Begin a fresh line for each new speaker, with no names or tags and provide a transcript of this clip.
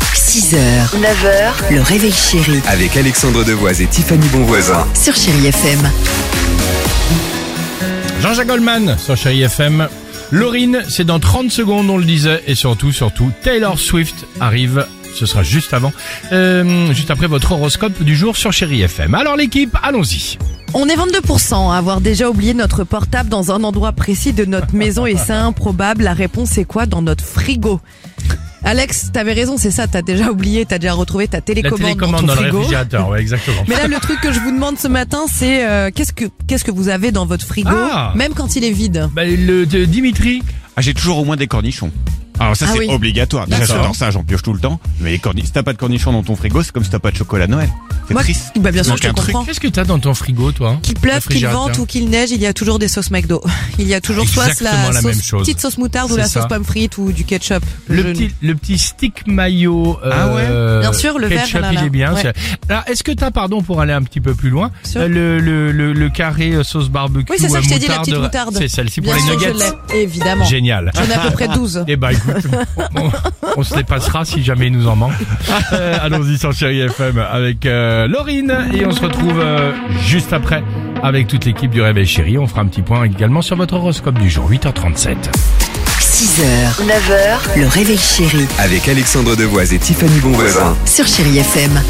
6h, 9h, le réveil chéri
Avec Alexandre Devoise et Tiffany Bonvoisin.
sur Chéri FM.
Jean-Jacques Goldman sur Chéri FM. Laurine, c'est dans 30 secondes, on le disait. Et surtout, surtout, Taylor Swift arrive. Ce sera juste avant, euh, juste après votre horoscope du jour sur Chéri FM. Alors l'équipe, allons-y.
On est 22% à avoir déjà oublié notre portable dans un endroit précis de notre maison et c'est improbable. La réponse est quoi Dans notre frigo. Alex, t'avais raison, c'est ça, t'as déjà oublié, t'as déjà retrouvé ta
La
télécommande,
télécommande
dans ton
dans le
frigo.
réfrigérateur, ouais, exactement.
Mais là, le truc que je vous demande ce matin, c'est euh, qu'est-ce que qu'est-ce que vous avez dans votre frigo,
Ah
même quand il est vide
Bah, le de Dimitri,
Ah, j'ai toujours au moins des cornichons. Alors ça
Ah
c'est
oui.
obligatoire. Déjà
D'accord.
j'adore ça, j'en pioche tout le temps. Mais les cornichons, si t'as pas de cornichons dans ton frigo, c'est comme si t'as pas de chocolat à Noël. C'est
Moi,
triste.
bah, bien sûr,
Donc,
je te
un truc-
comprends.
qu'est-ce que t'as dans ton frigo, toi hein
Qu'il pleuve, qu'il vente ou qu'il neige, il y a toujours des sauces McDo. Il y a toujours soit
Exactement la
sauce-
même chose.
petite sauce moutarde ou
C'est
la
ça.
sauce pomme frite ou du ketchup.
Le
Je-
petit, le petit stick mayo.
Ah ouais
euh,
Bien sûr, le vert,
ketchup,
là, là.
il est bien.
Ouais.
c'est- Alors, est-ce que t'as, pardon, pour aller un petit peu plus loin,
Sûr.
euh, le, le, le, le carré euh, sauce barbecue
Oui, c'est ça
euh,
que je t'ai dit, la petite
euh,
moutarde.
C'est celle-ci pour
Bien
les
sûr, je
nuggets.
l'ai, évidemment.
Génial.
J'en ai à peu près 12.
Eh ben écoute, on, on se les passera si jamais il nous en manque. Euh, Allons-y sur Chéri FM avec euh, Laurine et on se retrouve euh, juste après avec toute l'équipe du Réveil Chéri. On fera un petit point également sur votre horoscope du jour 8h37.
6h, 9h, le réveil chéri
Avec Alexandre Devoise et Tiffany Bonvoisin.
sur Chéri FM.